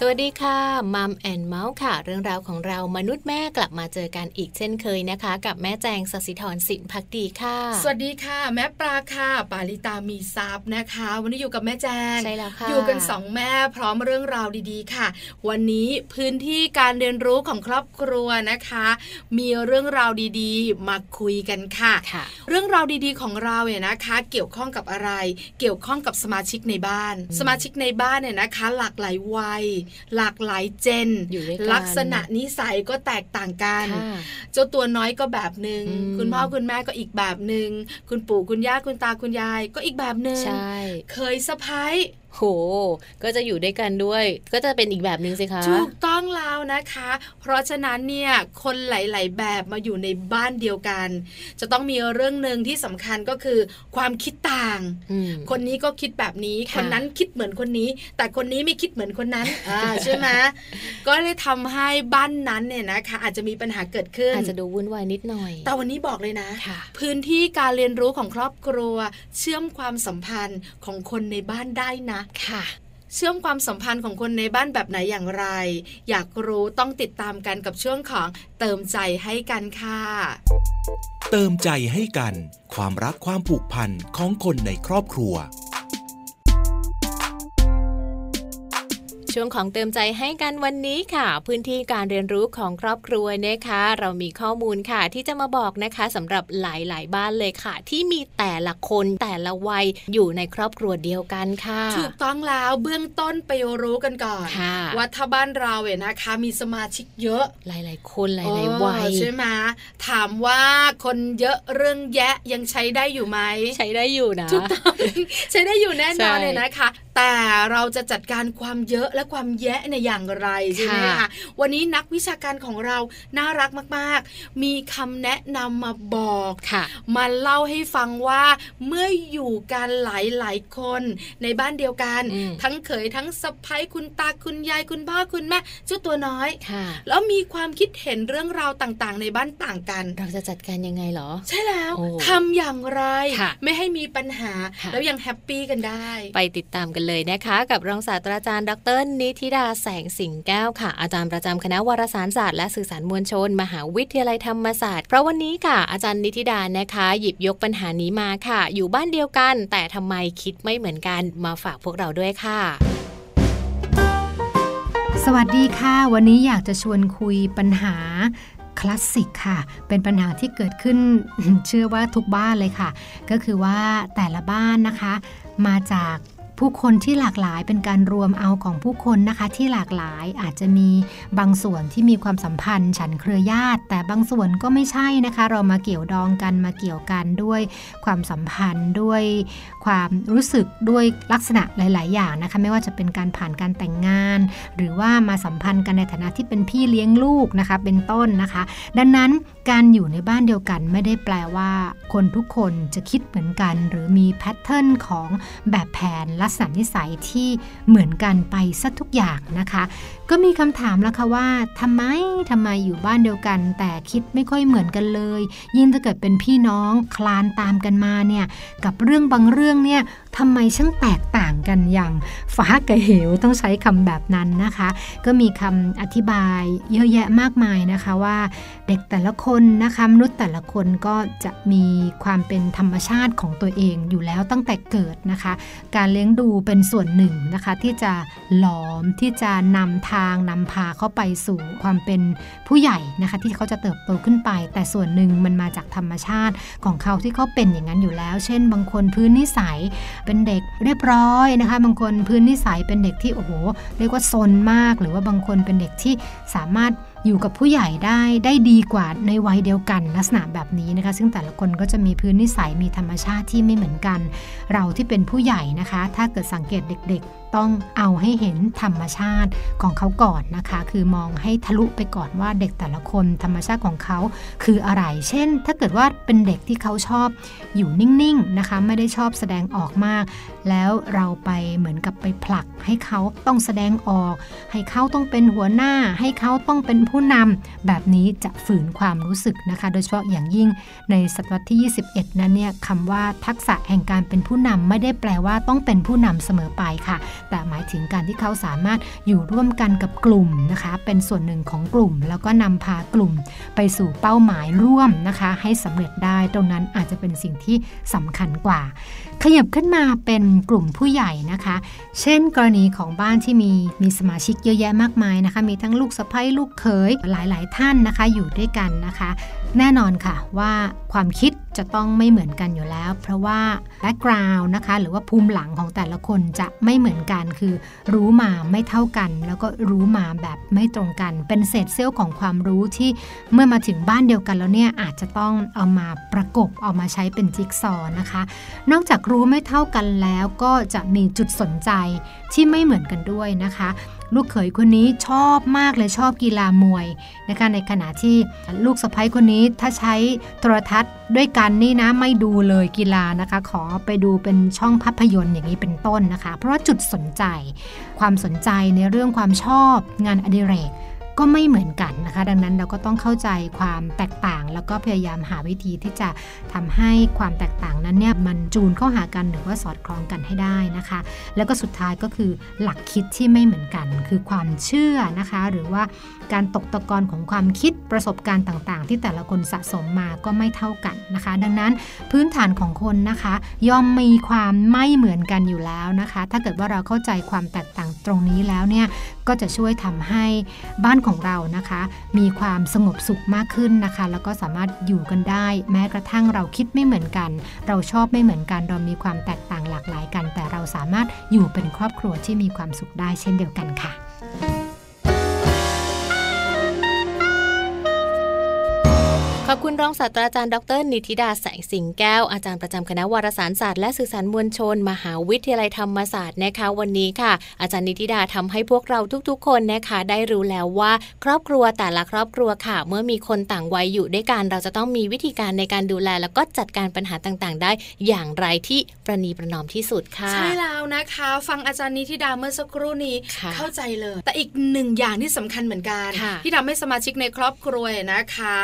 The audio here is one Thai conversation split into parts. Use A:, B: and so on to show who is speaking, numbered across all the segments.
A: สวัสดีค่ะมัมแอนเมาส์ค่ะ เรื่องราวของเรามนุษย์แม่กลับมาเจอกันอีกเช่นเคยนะคะ กับแม่แจงสศิธรสินพักดีค่ะ
B: สวัสดีค่ะ แม่ปลาค่ะปาลิตามีซับนะคะ วันนี้อยู่กับแม่แจง
A: ใช่แล้วค่ะ
B: อยู่กันสองแม่พร้อมเรื่องราวดีๆค่ะ วันนี้พื้นที่การเรียนรู้ของครอบครัวนะคะ มีเรื่องราวดีๆ มาคุยกันค่ะ
A: ค่ะ
B: เรื่องราวดีๆของเราเนี่ยนะคะ เกี่ยวข้องกับอะไร เกี่ยวข้องกับสมาชิกในบ้าน
A: อืม
B: สมาชิกในบ้านเนี่ยนะคะ หลากหลายวัย หลากหลายเจน
A: อยู่ด้วยกัน
B: ลักษณะนิสัยก็แตกต่างกัน
A: ค่ะ
B: เจ้าตัวน้อยก็แบบหนึง่ง
A: อืม
B: คุณพ่อคุณแม่ก็อีกแบบหนึง่งคุณปู่คุณย่าคุณตาคุณยายก็อีกแบบหนึ
A: ใช่
B: ง่งเคยสะพ้าย
A: โห ก็จะอยู่ด้วยกันด้วย ก็จะเป็นอีกแบบหนึ่งสิคะ
B: ถูกต้องแล้วนะคะ เพราะฉะนั้นเนี่ยคนหลาย ๆ แบบมาอยู่ในบ้านเดียวกัน จะต้องมีเรื่องหนึ่งที่สำคัญก็คือ ความคิดต่าง
A: อืม
B: คนนี้ก็คิดแบบนี้
A: ค่ะ
B: คนนั้นคิดเหมือนคนนี้ แต่คนนี้ไม่คิดเหมือนคนนั้นอ่า ใช่ไหมก็เลยทำให้บ้านนั้นเนี่ยนะคะ อาจจะมีปัญหาเกิดขึ้น
A: อาจจะดูวุ่นวายนิดหน่อย
B: แต่วันนี้บอกเลยนะ
A: ค่ะ
B: พื้นที่การเรียนรู้ของครอบครัว เชื่อมความสัมพันธ์ของคนในบ้านได้นะ
A: ค่ะ
B: เชื่อมความสัมพันธ์ของคนในบ้านแบบไหนอย่างไร อยากรู้ต้องติดตามกันกับช่วงของเติมใจให้กันค่ะ
C: เติมใจให้กัน ความรักความผูกพันของคนในครอบครัว
A: ช่วงของเติมใจให้กันวันนี้ค่ะ พื้นที่การเรียนรู้ของครอบครัวนะคะ เรามีข้อมูลค่ะ ที่จะมาบอกนะคะสำหรับหลาย ๆ บ้านเลยค่ะ ที่มีแต่ละคนแต่ละวัยอยู่ในครอบครัวเดียวกันค่ะ
B: ถูกต้องแล้วเบื้องต้นไปรู้กันก่อน
A: ค่ะ
B: ว่าถ้าบ้านเราเนี่ยนะคะ มีสมาชิกเยอะ
A: หลาย ๆ คนหลาย ๆ วัย
B: เออใช่ไหมถามว่าคนเยอะเรื่องแยะยังใช้ได้อยู่ไหม
A: ใช้ได้อยู่นะ
B: ถูกต้อง ใช้ได้อยู่แน่นอน
A: ใช่
B: เลยนะคะ แต่เราจะจัดการความเยอะและความแยะในยอย่างไรใช่ไหม
A: ค่ะ
B: คะวันนี้นักวิชาการของเราน่ารักมาก ๆ มีคำแนะนำมาบอก
A: ค่ะ
B: มาเล่าให้ฟังว่าเมื่ออยู่กันหลายหลายๆคน ในบ้านเดียวกัน
A: อืม
B: ทั้งเขยทั้งสะพ้ยคุณตาคุณยายคุณพ่อคุณแม่เจ้าตัวน้อย
A: ค่ะ
B: แล้วมีความคิดเห็นเรื่องราวต่างๆ ในบ้านต่างกัน
A: เราจะจัดการยังไงเหรอ
B: ใช่แล้ว
A: โอ้
B: ทำอย่างไร
A: ค่ะ
B: ไม่ให้มีปัญหา
A: ค่ะ
B: แล้วยังแฮปปี้กันได้
A: ไปติดตามกันเลยนะคะ กับรองศาสตราจารย์ดรนิธิดาแสงสิงแก้วค่ะ อาจารย์ประจำคณะวารสารศาสตร์และสื่อสารมวลชน มหาวิทยาลัยธรรมศาสตร์เพราะวันนี้ค่ะ อาจารย์นิธิดานะคะ หยิบยกปัญหานี้มาค่ะ อยู่บ้านเดียวกัน แต่ทำไมคิดไม่เหมือนกันมาฝากพวกเราด้วยค่ะ
D: สวัสดีค่ะ วันนี้อยากจะชวนคุยปัญหาคลาสสิกค่ะ เป็นปัญหาที่เกิดขึ้น เชื่อว่าทุกบ้านเลยค่ะ ก็คือว่าแต่ละบ้านนะคะ มาจากผู้คนที่หลากหลายเป็นการรวมเอาของผู้คนนะคะ ที่หลากหลายอาจจะมีบางส่วนที่มีความสัมพันธ์ฉันเครือญาติ แต่บางส่วนก็ไม่ใช่นะคะ เรามาเกี่ยวดองกันมาเกี่ยวกันด้วยความสัมพันธ์ด้วย ความรู้สึกด้วยลักษณะหลาย ๆ อย่างนะคะ ไม่ว่าจะเป็นการผ่านการแต่งงาน หรือว่ามาสัมพันธ์กันในฐานะที่เป็นพี่เลี้ยงลูกนะคะ เป็นต้นนะคะ ดังนั้นการอยู่ในบ้านเดียวกันไม่ได้แปลว่า คนทุกคนจะคิดเหมือนกัน หรือมีแพทเทิร์นของแบบแผนลักษณะนิสัยที่เหมือนกันไปซะทุกอย่างนะคะ ก็มีคำถามแล้วค่ะว่าทำไมทำไมอยู่บ้านเดียวกัน แต่คิดไม่ค่อยเหมือนกันเลย ยิ่งถ้าเกิดเป็นพี่น้องคลานตามกันมาเนี่ย กับเรื่องบางเรื่องเนี่ยทำไมช่างแตกต่างกันอย่างฟ้ากับเหวต้องใช้คำแบบนั้นนะคะ ก็มีคำอธิบายเยอะแยะมากมายนะคะว่า เด็กแต่ละคนนะคะมนุษย์แต่ละคนก็จะมีความเป็นธรรมชาติของตัวเองอยู่แล้วตั้งแต่เกิดนะคะ การเลี้ยงดูเป็นส่วนหนึ่งนะคะ ที่จะหลอมที่จะนำทางนำพาเข้าไปสู่ความเป็นผู้ใหญ่นะคะ ที่เขาจะเติบโตขึ้นไป แต่ส่วนหนึ่งมันมาจากธรรมชาติ ของเขาที่เขาเป็นอย่างนั้นอยู่แล้ว เช่น บางคนพื้นนิสัยเป็นเด็กเรียบร้อยนะคะ บางคนพื้นนิสัยเป็นเด็กที่โอ้โหเรียกว่าซนมาก หรือว่าบางคนเป็นเด็กที่สามารถอยู่กับผู้ใหญ่ได้ได้ดีกว่าในวัยเดียวกันลักษณะแบบนี้นะคะ ซึ่งแต่ละคนก็จะมีพื้นนิสัยมีธรรมชาติที่ไม่เหมือนกัน เราที่เป็นผู้ใหญ่นะคะ ถ้าเกิดสังเกตเด็ก ๆ ต้องเอาให้เห็นธรรมชาติของเขาก่อนนะคะ คือมองให้ทะลุไปก่อนว่าเด็กแต่ละคนธรรมชาติของเขาคืออะไร เช่น ถ้าเกิดว่าเป็นเด็กที่เขาชอบอยู่นิ่งๆนะคะ ไม่ได้ชอบแสดงออกมาก แล้วเราไปเหมือนกับไปผลักให้เขาต้องแสดงออก ให้เขาต้องเป็นหัวหน้า ให้เขาต้องเป็นผู้นำแบบนี้จะฝืนความรู้สึกนะคะ โดยเฉพาะอย่างยิ่งในศตวรรษที่ 21 นั้นเนี่ยคำว่าทักษะแห่งการเป็นผู้นำไม่ได้แปลว่าต้องเป็นผู้นำเสมอไปค่ะ แต่หมายถึงการที่เขาสามารถอยู่ร่วมกันกับกลุ่มนะคะ เป็นส่วนหนึ่งของกลุ่ม แล้วก็นำพากลุ่ม ไปสู่เป้าหมายร่วมนะคะ ให้สำเร็จได้ตรงนั้นอาจจะเป็นสิ่งที่สำคัญกว่า ขยับขึ้นมาเป็นกลุ่มผู้ใหญ่นะคะ เช่นกรณีของบ้านที่มีมีสมาชิกเยอะแยะมากมายนะคะ มีทั้งลูกสะใภ้ลูกเขยหลาย ๆ ท่านนะคะ อยู่ด้วยกันนะคะ แน่นอนค่ะว่าความคิดจะต้องไม่เหมือนกันอยู่แล้ว เพราะว่าแบ็กกราวน์นะคะ หรือว่าภูมิหลังของแต่ละคนจะไม่เหมือนกันคือ รู้มาไม่เท่ากัน แล้วก็รู้มาแบบไม่ตรงกัน เป็นเศษเสี้ยวของความรู้ที่เมื่อมาถึงบ้านเดียวกันแล้วเนี่ยอาจจะต้องเอามาประกบเอามาใช้เป็นจิ๊กซอว์นะคะ นอกจากรู้ไม่เท่ากันแล้วก็จะมีจุดสนใจที่ไม่เหมือนกันด้วยนะคะ ลูกเขยคนนี้ชอบมากเลยชอบกีฬามวยนะคะในขณะที่ลูกสะใภ้คนนี้ถ้าใช้โทรทัศน์ด้วยกันนี่นะไม่ดูเลยกีฬานะคะ ขอไปดูเป็นช่องภาพยนตร์อย่างนี้เป็นต้นนะคะ เพราะว่าจุดสนใจ ความสนใจในเรื่องความชอบงานอดิเรก ก็ไม่เหมือนกันนะคะ ดังนั้นเราก็ต้องเข้าใจความแตกต่าง แล้วก็พยายามหาวิธีที่จะทำให้ความแตกต่างนั้นเนี่ยมันจูนเข้าหากันหรือว่าสอดคล้องกันให้ได้นะคะ แล้วก็สุดท้ายก็คือหลักคิดที่ไม่เหมือนกัน คือความเชื่อนะคะ หรือว่าการตกตะกอนของความคิดประสบการณ์ต่างๆ ที่แต่ละคนสะสมมาก็ไม่เท่ากันนะคะ ดังนั้นพื้นฐานของคนนะคะ ย่อมมีความไม่เหมือนกันอยู่แล้วนะคะ ถ้าเกิดว่าเราเข้าใจความแตกต่างตรงนี้แล้วเนี่ยก็จะช่วยทำให้บ้านของเรานะคะ มีความสงบสุขมากขึ้นนะคะ แล้วก็สามารถอยู่กันได้ แม้กระทั่งเราคิดไม่เหมือนกัน เราชอบไม่เหมือนกันเรามีความแตกต่างหลากหลายกัน แต่เราสามารถอยู่เป็นครอบครัวที่มีความสุขได้เช่นเดียวกันค่ะ
A: ขอบคุณรองศาสตราจารย์ดร นิติดาแสงสิงแก้ว อาจารย์ประจำคณะวารสารศาสตร์และสื่อสารมวลชน มหาวิทยาลัยธรรมศาสตร์นะคะ วันนี้ค่ะ อาจารย์นิติดาทำให้พวกเราทุกๆ คนนะคะ ได้รู้แล้วว่าครอบครัวแต่ละครอบครัวค่ะ เมื่อมีคนต่างวัยอยู่ด้วยกัน เราจะต้องมีวิธีการในการดูแล แล้วก็จัดการปัญหาต่างๆ ได้อย่างไรที่ประนีประนอมที่สุดค่ะ
B: ใช่แล้วนะคะ ฟังอาจารย์นิธิดาเมื่อสักครู่นี้
A: ค่ะ
B: เข้าใจเลย แต่อีกหนึ่งอย่างที่สำคัญเหมือนกัน
A: ค่ะ
B: ที่ทำให้สมาชิกในครอบครัวเนี่ยนะคะ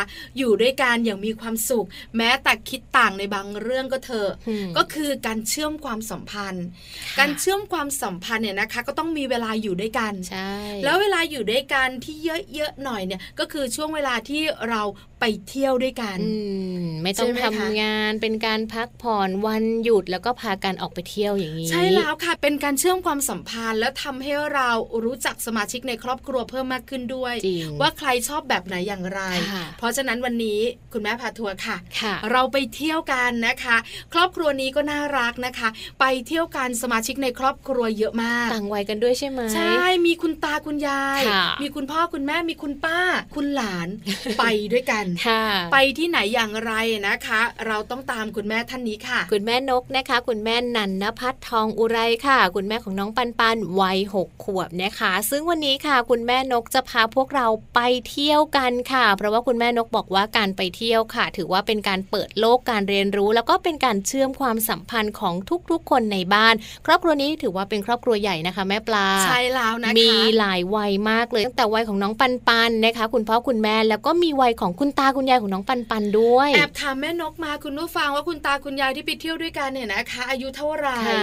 B: อยู่ด้วยกันอย่างมีความสุข แม้แต่คิดต่างในบางเรื่องก็เถอะ
A: อืม
B: ก็คือการเชื่อมความสัมพันธ์
A: ะ
B: การเชื่อมความสัมพันธ์เนี่ยนะคะ ก็ต้องมีเวลาอยู่ด้วยกัน
A: ใช่
B: แล้วเวลาอยู่ด้วยกันที่เยอะๆหน่อยเนี่ยก็คือช่วงเวลาที่เราไปเที่ยวด้วยกัน
A: อืมไม่ต้อง
B: ใช่ไหม
A: ทำ
B: คะ
A: งานเป็นการพักผ่อนวันหยุดแล้วก็พากันออกไปเที่ยวอย่างนี้
B: ใช่แล้วค่ะ เป็นการเชื่อมความสัมพันธ์ และทำให้เรารู้จักสมาชิกในครอบครัวเพิ่มมากขึ้นด้วย
A: จริง
B: ว่าใครชอบแบบไหนอย่างไร
A: ค่ะ
B: เพราะฉะนั้นวันนี้คุณแม่พาทัวร์ค่ะ
A: ค่ะ
B: เราไปเที่ยวกันนะคะ ครอบครัวนี้ก็น่ารักนะคะ ไปเที่ยวกันสมาชิกในครอบครัวเยอะมาก
A: ต่างวัยกันด้วยใช่ไหม
B: ใช่ มีคุณตาคุณยาย
A: ค่ะ
B: มีคุณพ่อคุณแม่มีคุณป้า คุณห ลาน ไปด้วยกัน
A: ค่ะ
B: ไปที่ไหนอย่างไรนะคะ เราต้องตามคุณแม่ท่านนี้ค่ะ
A: คุณแม่นกนะคะ คุณแม่นันนพัฒน์ทองอุไรค่ะ คุณแม่ของน้องปันปันวัยหกขวบนะคะ ซึ่งวันนี้ค่ะ คุณแม่นกจะพาพวกเราไปเที่ยวกันค่ะ เพราะว่าคุณแม่นกบอกว่าการไปเที่ยวค่ะ ถือว่าเป็นการเปิดโลกการเรียนรู้ แล้วก็เป็นการเชื่อมความสัมพันธ์ของทุกๆ คนในบ้าน ครอบครัวนี้ถือว่าเป็นครอบครัวใหญ่นะคะ แม่ปลา
B: ใช่แล้วนะคะ
A: มีหลายวัยมากเลยตั้งแต่วัยของน้องปันปันนะคะ คุณพ่อคุณแม่แล้วก็มีวัยของคุณตาคุณยายของน้องปันปันด้วย
B: แอบถามแม่นกมาคุณผู้ฟังว่าคุณตาคุณยายที่ไปเที่ยวด้วยกันเนี่ยนะคะ อายุเท่าไหร่
A: ค่ะ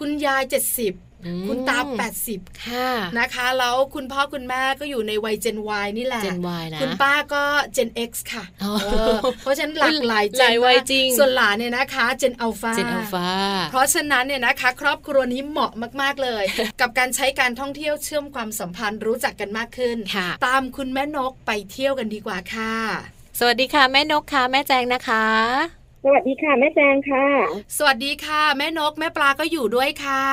B: คุณยาย 70
A: อืม
B: คุณตา
A: ค่ะ
B: 80 นะคะแล้วคุณพ่อคุณแม่ก็อยู่ในวัย Gen Y นี่แหละ
A: เจนวายนะ
B: คุณป้าก็ Gen X ค่ะ
A: อ๋อ
B: เออเพราะฉะนั้นหลากหลาย Gen
A: หลายวัย
B: มก
A: จริง
B: ส่วนหลานเนี่ยนะคะ Gen Alpha
A: เจนอัลฟา
B: เพราะฉะนั้นเนี่ยนะคะ ครอบครัวนี้เหมาะมากๆเลย กับการใช้การท่องเที่ยวเชื่อมความสัมพันธ์รู้จักกันมากขึ้น
A: ค่ะ
B: ตามคุณแม่นกไปเที่ยวกันดีกว่าค่ะ
A: สวัสดีค่ะแม่นกค่ะแม่แจงนะคะ
E: สวัสดีค่ะ แม่แจงค่ะ
B: สวัสดีค่ะ แม่นกแม่ปลาก็อยู่ด้วยค่ะ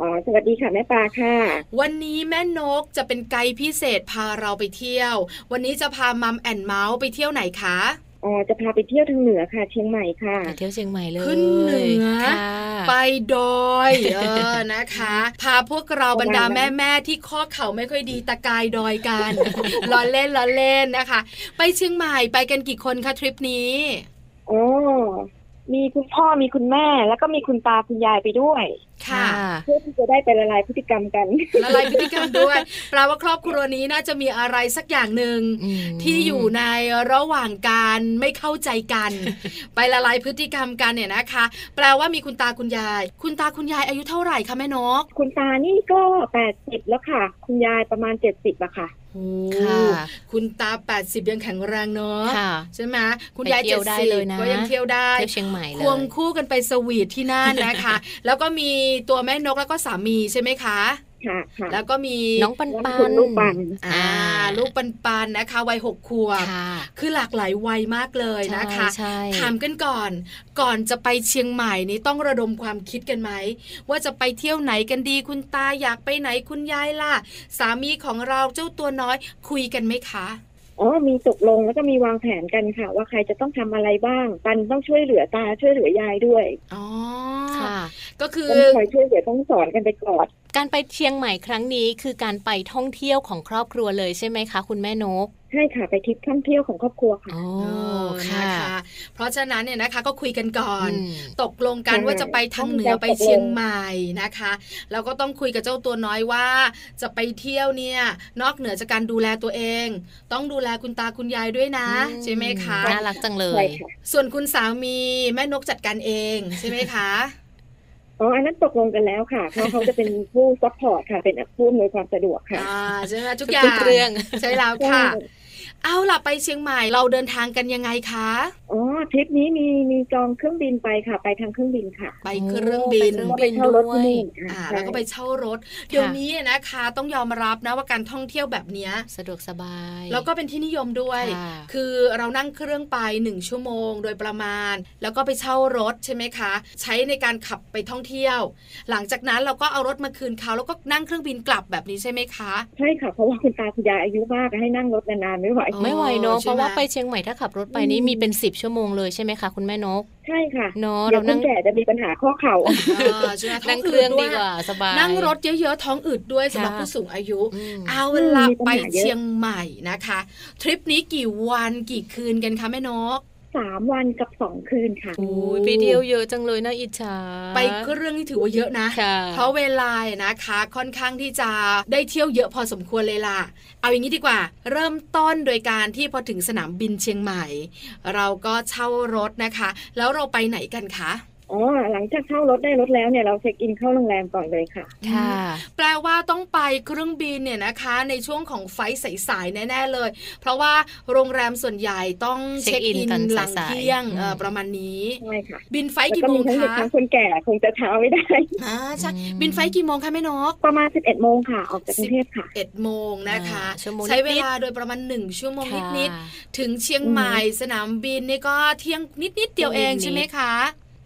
E: อ๋อสวัสดีค่ะ แม่ปลาค่ะ
B: วันนี้แม่นกจะเป็นไกด์พิเศษพาเราไปเที่ยว วันนี้จะพามัมแอนเมาส์ไปเที่ยวไหนคะ
E: อ๋อจะพาไปเที่ยวทางเหนือค่ะ เชียงใหม่ค่ะ
A: ไปเที่ยวเชียงใหม่เลย
B: ขึ้นเหนื
A: ค
B: อ
A: ่ะ
B: ไปด อยเออนะคะ พาพวกเราบรรดา
E: ประมาณนั้
B: แม่
E: น
B: แม่ๆที่ข้อเข่าไม่ค่อยดีตะกายดอย กัน ล้อเล่นล้อเล่นนะคะ ไปเชียงใหม่ไปกันกี่คนคะทริปนี้
E: อ๋อมีคุณพ่อมีคุณแม่ แล้วก็มีคุณตาคุณยายไปด้วย
B: ค่ะ
E: เพื่อที่จะได้ไปละลายพฤติกรรมกัน
B: ละลายพฤติกรรมด้วยแปลว่าครอบครัวนี้น่าจะมีอะไรสักอย่างหนึ่ง
A: อืม
B: ที่อยู่ในระหว่างการไม่เข้าใจ กัน ไปละลายพฤติกรรมกันเนี่ยนะคะ แปลว่ามีคุณตาคุณยาย คุณตาคุณยายอายุเท่าไหร่คะแม่นก
E: คุณตานี่ก็แปดสิบแล้วค่ะ คุณยายประมาณเจ็ดสิบอะค่ะ
A: ค่ะ
B: คุณตา 80 ยังแข็งแรงเนาะ
A: ค่ะ
B: ใช่ไหมคุณยาย
A: ไปเที่
B: เจ็
A: ย
B: ด
A: วได้
B: สิ
A: เลย
B: บ
A: นะ
B: ก็ยังเที่ยวได้
A: เที่ยวเชียงใหม่เลย
B: ควงคู่กันไปสวีทที่นั่นนะคะ แล้วก็มีตัวแม่นกแล้วก็สามีใช่ไหมคะ
E: ค่ะค่ะ
B: แล้วก็มี
A: น้องปันปัน
E: คุณลูกปัน
A: อ่า
B: อ่าลูกปันปันนะคะวัยหกขวบ
A: ค่ะ
B: คือหลากหลายวัยมากเลยนะคะ
A: ใช่ใช่
B: ถามกันก่อน ก่อนจะไปเชียงใหม่นี่ต้องระดมความคิดกันไหม ว่าจะไปเที่ยวไหนกันดีคุณตาอยากไปไหนคุณยายล่ะ สามีของเราเจ้าตัวน้อยคุยกันไหมคะ
E: อ๋อมีตกลงแล้วก็มีวางแผนกันค่ะ ว่าใครจะต้องทำอะไรบ้าง ปันต้องช่วยเหลือตาช่วยเหลือยายด้วย
B: อ๋อ
A: ค่ะ
B: ก็คือ
E: ต้องคอยช่วยเหลือต้องสอนกันไปก่อน
A: การไปเชียงใหม่ครั้งนี้คือการไปท่องเที่ยวของครอบครัวเลยใช่ไหมคะ คุณแม่นก
E: ใช่ค่ะ ไปทริปท่องเที่ยวของครอบครัวค่ะ
A: โอ้
B: โอ้
A: ค่ะ
B: นะคะเพราะฉะนั้นเนี่ยนะคะก็คุยกันก่อน
A: อืม
B: ตกลงกัน
E: ใช่
B: ว่าจะไปทางเหนื
E: ต้
B: อ
E: องมีการ
B: ไป
E: ตกลง
B: เชียงใหม่นะคะแล้วก็ต้องคุยกับเจ้าตัวน้อยว่า จะไปเที่ยวเนี่ยนอกเหนือจากการดูแลตัวเอง ต้องดูแลคุณตาคุณยายด้วยนะ ใช่ไหมคะ
A: น่ารักจังเล
E: ใช่
A: ย
E: ค่ะ
B: ส่วนคุณสามีแม่นกจัดการเอง ใช่ไหมคะ
E: อ๋ออันนั้นตกลงกันแล้วค่ะเพราะเขาจะเป็นผู้ซัพพอร์ตค่ะ เป็นผู้อำนวยความสะดวกค่ะ
B: อ่าใช่ไหมทุกอย่าง
A: ทุกเรื่อง
B: ใช่แล้วค่ะ เอาล่ะไปเชียงใหม่เราเดินทางกันยังไงคะ
E: อ๋อทริปนี้มีมีจองเครื่องบินไปค่ะ ไปทางเครื่องบินค่ะ
B: ไปเครื่องบิน
A: โอ้
E: ก็
A: ไป
E: ไป
A: เครื่
E: เช่า
A: อง
E: ร
A: บิน
E: ถ
A: ด้ว
E: ที่
A: ย
E: นี่
B: อ่า
E: อ่า
B: แล้วก็ไปเช่ารถ เดี๋ยวนี้นะคะต้องยอมรับนะว่าการท่องเที่ยวแบบเนี้ย
A: สะดวกสบาย
B: แล้วก็เป็นที่นิยมด้วย
A: ค่ะ
B: คือเรานั่งเครื่องไป 1 ชั่วโมงโดยประมาณ แล้วก็ไปเช่ารถใช่ไหมคะ ใช้ในการขับไปท่องเที่ยว หลังจากนั้นเราก็เอารถมาคืนเขาแล้วก็นั่งเครื่องบินกลับแบบนี้ใช่ไหมคะ
E: ใช่ค่ะ เพราะว่าคุณตาคุณยายอายุมากให้นั่งรถนานๆไม่ไหว
B: อ๋อ
A: ไม่ไหวเนอะ
B: ใช่ไหม
A: เพราะว่าไปเชียงใหม่ถ้าขับรถไปนี่
E: อืม
A: มีเป็น 10 ชั่วโมงเลยใช่ไหมคะคุณแม่นก
E: ใช่ค่ะ
A: เนอะ
E: เดี๋ย
A: เรา
E: วคุ
A: นั่
E: ณ
A: ง
E: แก่จะมีปัญหาข้อเข่า
B: อ่าใช่ไหมท้
A: นั่งเครื่องดี
B: ด
A: กว่าสบาย
B: นั่งรถเยอะๆท้องอืดด้วยสำหรับ
A: ค่ะ
B: ผู้สูงอายุ
A: อืม
B: เอาละ
E: อืมมีปัญหา
B: ไปเชียงใหม่นะคะ ทริปนี้กี่วันกี่คืนกันคะแม่นก
E: สามวันกับสองคืนค่ะ
A: โอ้ยไปเที่ยวเยอะจังเลยน่าอิจฉา
B: ไปเครื่องนี่ถือว่าเยอะนะ
A: ค่ะ
B: เพราะเวลาเนี่ยนะคะค่อนข้างที่จะได้เที่ยวเยอะพอสมควรเลยล่ะ เอาอย่างนี้ดีกว่า เริ่มต้นโดยการที่พอถึงสนามบินเชียงใหม่ เราก็เช่ารถนะคะ แล้วเราไปไหนกันคะ
E: อ๋อหลังจากเช่ารถได้รถแล้วเนี่ยเราเช็คอินเข้าโรงแรมก่อนเลยค่ะ
A: ค่ะ
B: แปลว่าต้องไปเครื่องบินเนี่ยนะคะ ในช่วงของไฟล์สายๆแน่ๆเลย เพราะว่าโรงแรมส่วนใหญ่ต้อง
A: เช็
B: เช็
A: ค
B: ค
A: อิ
B: อิ
A: น
B: น
A: ตอน
B: หลัง
A: สายๆ
B: เที่ยง
A: อืม
B: เอ่อประมาณนี้
E: ใช่ค่ะ
B: บินไฟล์
E: แล้ว
B: กี่
E: ก็
B: โม
E: มี
B: ง
E: ทั้งเด็ก
B: คะ
E: ทั้งคนแก่คงจะเช้าไม่ได้
B: อ่าใช่
A: อืม
B: บินไฟล์กี่โมงคะแม่นก
E: ประมาณ 11โมงค่ะ ออกจากกรุงเทพค่ะ
B: เอ็ดโมงนะคะ
A: อ่าชั่วโมงนิดๆ
B: ใช้เวลาโดยประมาณหนึ่งชั่วโมง
A: ค่ะ
B: นิดๆ ถึงเชียงใหม่สนามบินนี่ก็เที่ยงนิดๆเดียวเอง
A: เที่ยงนิดๆ
B: ใช่ไหมคะ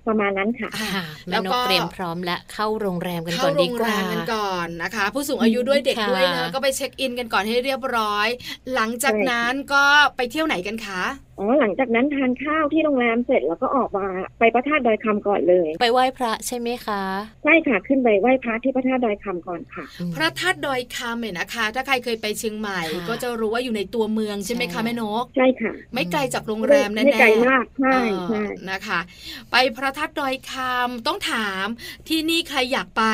E: ประมาณนั้นค่ะ
B: อ่า
A: ค่ะแม่
B: แล้ว
A: นก
B: ก็
A: เตรียมพร้อมและเข้าโรงแรมกัน
B: เข้า
A: ก่อน
B: โร
A: ดี
B: ง
A: ก
B: แร
A: ว่า
B: มกันก่อนนะคะ ผู้สูงอายุด้วยเด็ก
A: ค่ะ
B: ด้วยนะก็ไปเช็คอินกันก่อนให้เรียบร้อย หลังจากนั้นก็ไปเที่ยวไหนกันคะ
E: อ๋อหลังจากนั้นทานข้าวที่โรงแรมเสร็จแล้วก็ออกมาไปพระธาตุดอยคำก่อนเลย
A: ไปไหว้พระใช่ไหมคะ
E: ใช่ค่ะขึ้นไปไหว้พระที่พระธาตุดอยคำก่อนค่ะ
B: พระธาตุดอยคำเนี่ยนะคะ ถ้าใครเคยไปเชียงใหม่
A: ค่ะ
B: ก็จะรู้ว่าอยู่ในตัวเมืองใช่ไหม
A: ใช่
B: คะแม่นก
E: ใช่ค่ะ
B: ไม่ไกลจากโรงแรมแน่ๆ
E: ไม่ไกลมากใช่ใช่
B: เออนะคะ ไปพระธาตุดอยคำต้องถามที่นี่ใครอยากไป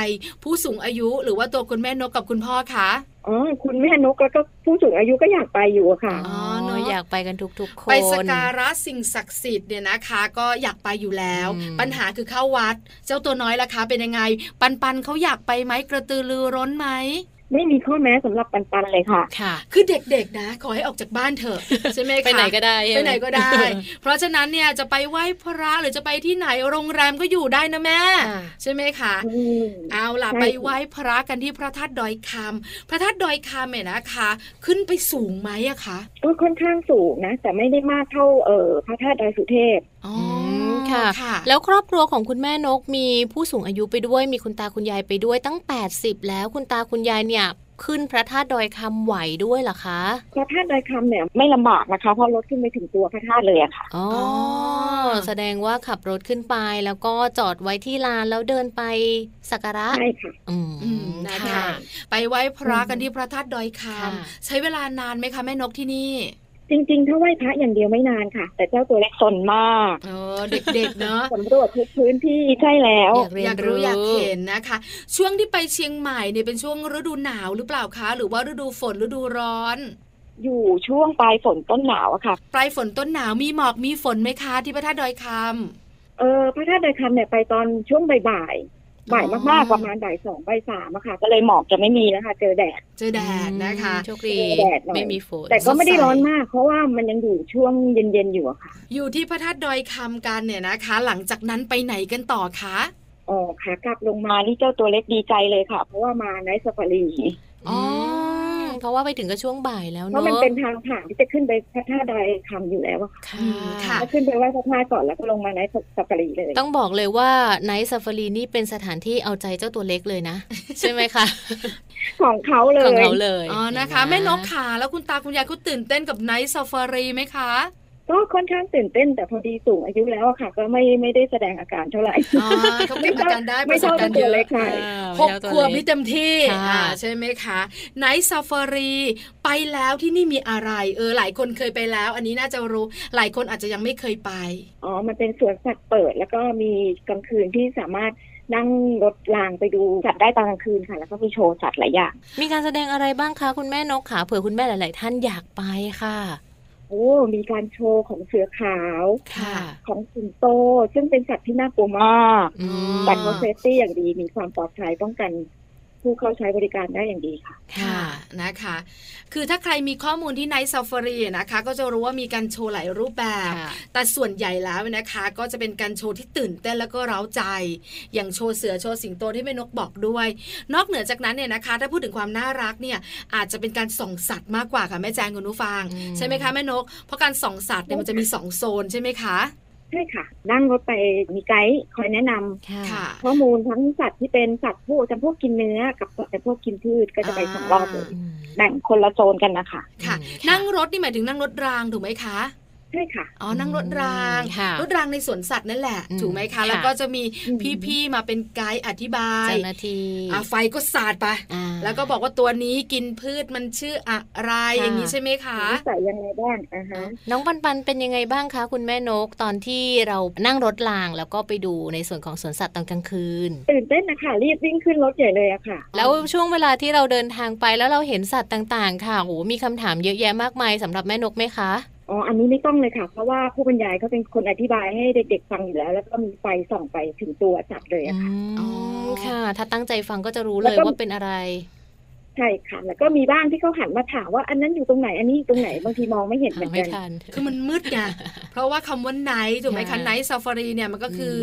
B: ผู้สูงอายุหรือว่าตัวคุณแม่นกกับคุณพ่อคะ
E: อ๋อ คุณแม่นกแล้วก็ผู้สูงอายุก็อยากไปอยู่อะค่ะ
A: อ๋อ
B: เน
A: อ
B: อะ
A: อยากไปกันทุกๆคน
B: ไปสกการะสิ่งศักดิ์สิทธิ์เนี่ยนะคะ ก็อยากไปอยู่แล้ว
A: อืม
B: ปัญหาคือเข้าวัด เจ้าตัวน้อยล่ะคะ เป็นยังไง ปันปันเขาอยากไปไหมกระตือรือร้นไหม
E: ไม่มีข้อแม้สำหรับปันปันเลยค่ะ
A: ค่ะ
B: คือเด็กๆนะ ขอให้ออกจากบ้านเถอะ ใช่ไหมคะ
A: ไปไหนก็ได้
B: ไปไหนก็ได้ เพราะฉะนั้นเนี่ยจะไปไหว้พระหรือจะไปที่ไหนโรงแรมก็อยู่ได้นะแม่
A: ค่ะ
B: ใช่ไหมคะ
E: อืม
B: เอาล่ะ
E: ใช่
B: ไปไหว้พระกันที่พระธาตุดอยคำพระธาตุดอยคำเนี่ยนะคะ ขึ้นไปสูงไหมอะคะ
E: ก็ค่อนข้างสูงนะ แต่ไม่ได้มากเท่าเอ่อพระธาตุดอยสุเทพ
B: อ๋อ
A: ม มค่ะ
B: ค่ะ
A: แล้วครอบครัวของคุณแม่นกมีผู้สูงอายุไปด้วย มีคุณตาคุณยายไปด้วยตั้ง 80 แล้วคุณตาคุณยายเนี่ย ขึ้นพระธาตุดอยคำไหวด้วยเหรอคะ
E: พระธาตุดอยคำเนี่ยไม่ลำบากนะคะเพราะรถขึ้นไปถึงตัวพระธาตุเลยอะค่ะ
A: อ๋อ แสดงว่าขับรถขึ้นไปแล้วก็จอดไว้ที่ลานแล้วเดินไปสักการะ
E: ใช่ค่ะ
A: อืม
B: อืมนะคะ
A: ค่ะ
B: ไปไหว้พระกันที่พระธาตุดอยค
A: ค่ะ
B: ำใช้เวลานานไหมคะแม่นกที่นี่
E: จริงๆ ถ้าไหว้พระอย่างเดียวไม่นานค่ะ แต่เจ้าตัวเล็กสนมาก
B: เออเด็กๆเนาะ
E: สำรวจทุกพื้นที่ใช่แล้ว
A: อยากเรี
B: อย ยาน ก
A: รู้
B: รู้อยากเห็นนะคะ ช่วงที่ไปเชียงใหม่เนี่ยเป็นช่วงฤดูหนาวหรือเปล่าคะ หรือว่าฤดูฝนฤดูร้อน
E: อยู่ช่วงปลายฝนต้นหนาวอะค่ะ
B: ปลายฝนต้นหนาวมีหมอกมีฝนไหมคะ ที่พระธาตุดอยค
E: เออพระธาตุดอยคำเนี่ยไปตอนช่วงบ่ายๆบ่ายมาก
B: อ๋อ
E: ๆประมาณบ่ายสองบ่ายสามอะค่ะ ก็เลยหมอกจะไม่มีแล้วค่ะ เจอแดด
B: ำเจอแดดนะคะ
A: โชคดี
E: แดดหน่อย
A: ไม่มีฝน
E: แต่ก็ไม่ได้
B: สดใส
E: ร้อนมาก เพราะว่ามันยังอยู่ช่วงเย็นๆอยู่อะค่ะ
B: อยู่ที่พระธาตุดอยคำกันเนี่ยนะคะ หลังจากนั้นไปไหนกันต่อคะ
E: อ๋อขากลับลงมานี่เจ้าตัวเล็กดีใจเลยค่ะ เพราะว่ามาไนท์ซาฟารี
A: อ๋ออเพราะว่าไปถึงก็ช่วงบ่ายแล้ว
E: เพ
A: เนอะ
E: ราะมันเป็นทางผ่านที่จะขึ้นไปพระธาตุดอยคำอยู่แล้วอะค่ะ
A: ค่ะ
B: อืมค่ะ
E: ก็ขึ้นไปไหว้พระธาตุก่อนแล้วก็ลงมาไนท์ซาฟารีเลย
A: ต้องบอกเลยว่าไนท์ซ f ฟ r รีนี่เป็นสถานที่เอาใจเจ้าตัวเล็กเลยนะ ใช่ไหมคะ
E: ของเขาเล
A: ของ
E: ย
A: เขาเลย
B: อ๋อนะคะ แม่นกขาแล้วคุณตาคุณยายเขาตื่นเต้นกับไนท์ซาฟารีไหมคะ
E: ก็ค่อนข้างตื่นเต้น แต่พอดีสูงอายุแล้วอะค่ะ ก็ไม่ไม่ได้แสดงอาการเท่าไหร่
B: อ๋อเขาเก็บอาการได้ป
E: ไม่
B: ระส
E: ช
B: บ
E: อบ
B: การณ์เย
E: ตัวเล็
B: อะ
E: กค่ะ
A: อ่า
B: หก
A: เจ้า
B: ข
A: ตัว
B: บ
A: เล็
B: นี่เต็มที่
A: ค่ะ
B: อ่าใช่ไหมคะไนท์ซาฟารีไปแล้วที่นี่มีอะไร เออหลายคนเคยไปแล้ว อันนี้น่าจะรู้ หลายคนอาจจะยังไม่เคยไป
E: อ๋อ มันเป็นสวนสัตว์เปิด แล้วก็มีกลางคืนที่สามารถนั่งรถรางไปดูสัตว์ได้ตอนกลางคืนค่ะ แล้วก็มีโชว์สัตว์หลายอย่าง
A: มีการแสดงอะไรบ้างคะ คุณแม่นกขาเผื่อคุณแม่หลาย ๆ ท่านอยากไปค่ะ
E: โอ้มีการโชว์ของเสือขาว
B: ค่ะ
E: ของสิงโต ซึ่งเป็นสัตว์ที่น่ากลัวมาก
A: อืม
E: แต่เขาเซฟตี้อย่างดีมีความปลอดภัยป้องกัน ผู้เข้าใช้บริการได้อย่างดีค่ะ
A: ค่ะ
B: นะคะ คือถ้าใครมีข้อมูลที่ไนท์ซาฟารีนะคะ ก็จะรู้ว่ามีการโชว์หลายรูปแบบ
A: ค่ะ
B: แต่ส่วนใหญ่แล้วนะคะ ก็จะเป็นการโชว์ที่ตื่นเต้นแล้วก็เร้าใจ อย่างโชว์เสือโชว์สิงโตที่แม่นกบอกด้วย นอกเหนือจากนั้นเนี่ยนะคะ ถ้าพูดถึงความน่ารักเนี่ยอาจจะเป็นการส่องสัตว์มากกว่าค่ะแม่แจงคุณนุฟัง
A: อืม
B: ใช่ไหมคะแม่นก เพราะการส่องสัตว์เนี่ยมันจะมีสองโซนใช่ไหมคะ
E: ใช่ค่ะ นั่งรถไปมีไกด์คอยแนะนำ
A: ค่ะ
B: ค่ะ
E: ข้อมูลทั้งสัตว์ที่เป็นสัตว์ผู้จำพวกกินเนื้อ กับสัตว์จำพวกกินพืชก็จะไปสองรอบเลย
A: อืม
E: แบ่งคนละโซนกันนะคะ
B: ค่ะ
A: อืมค่ะ
B: นั่งรถนี่หมายถึงนั่งรถรางถูกไหมคะ
E: ใช่ค่ะ
B: อ๋อ นั่งรถราง
A: อืมค่ะ
B: รถรางในสวนสัตว์นั่นแหละ
A: อืม
B: ถูกไหมคะ
A: ค่ะ
B: แล้วก็จะมี
E: อืม
B: พี่ๆ มาเป็นไกด์อธิบาย
A: เจ้าหน้าที่
B: อ่ะไฟก็สาดไป
A: อ่า
B: แล้วก็บอกว่าตัวนี้กินพืชมันชื่ออะไร
A: ค่ะ
B: อย่างนี้ใช่ไหมคะ
E: นิสัยยังไงบ้างอ่าฮะ
A: น้องปันปันเป็นยังไงบ้างคะ คุณแม่นกตอนที่เรานั่งรถรางแล้วก็ไปดูในส่วนของสวนสัตว์ตอนกลางคืน
E: ตื่นเต้นนะคะรีบวิ่งขึ้นรถใหญ่เลยอะค่ะ
A: แล้วช่วงเวลาที่เราเดินทางไปแล้วเราเห็นสัตว์ต่างๆ ค่ะโอ้โหมีคำถามเยอะแยะมากมายสำหรับแม่นกไหมคะ
E: อ๋อ อันนี้ไม่ต้องเลยค่ะ เพราะว่าผู้บรรยายเขาเป็นคนอธิบายให้เด็กๆฟังอยู่แล้ว แล้วก็มีไฟส่องไปถึงตัวสัตว์เลย
A: อื
E: อะค่ะ
A: มค่ะ ถ้าตั้งใจฟังก็จะรู้
E: แล้
A: เล
E: วย ก็
A: ว่าเป็นอะไร
E: ใช่ค่ะ แล้วก็มีบ้างที่เขาหันมาถามว่าอันนั้นอยู่ตรงไหน อันนี้อยู่ตรงไหน บางทีมองไม่เห็นเหมือน
A: ไม่
E: กัน
A: ทัน
B: คือมันมืดไง เพราะว่าคำว่าไนท์ถูกไหม
A: ค่ะ
B: คะไนท์ซาฟารีเนี่ยมันก็คือ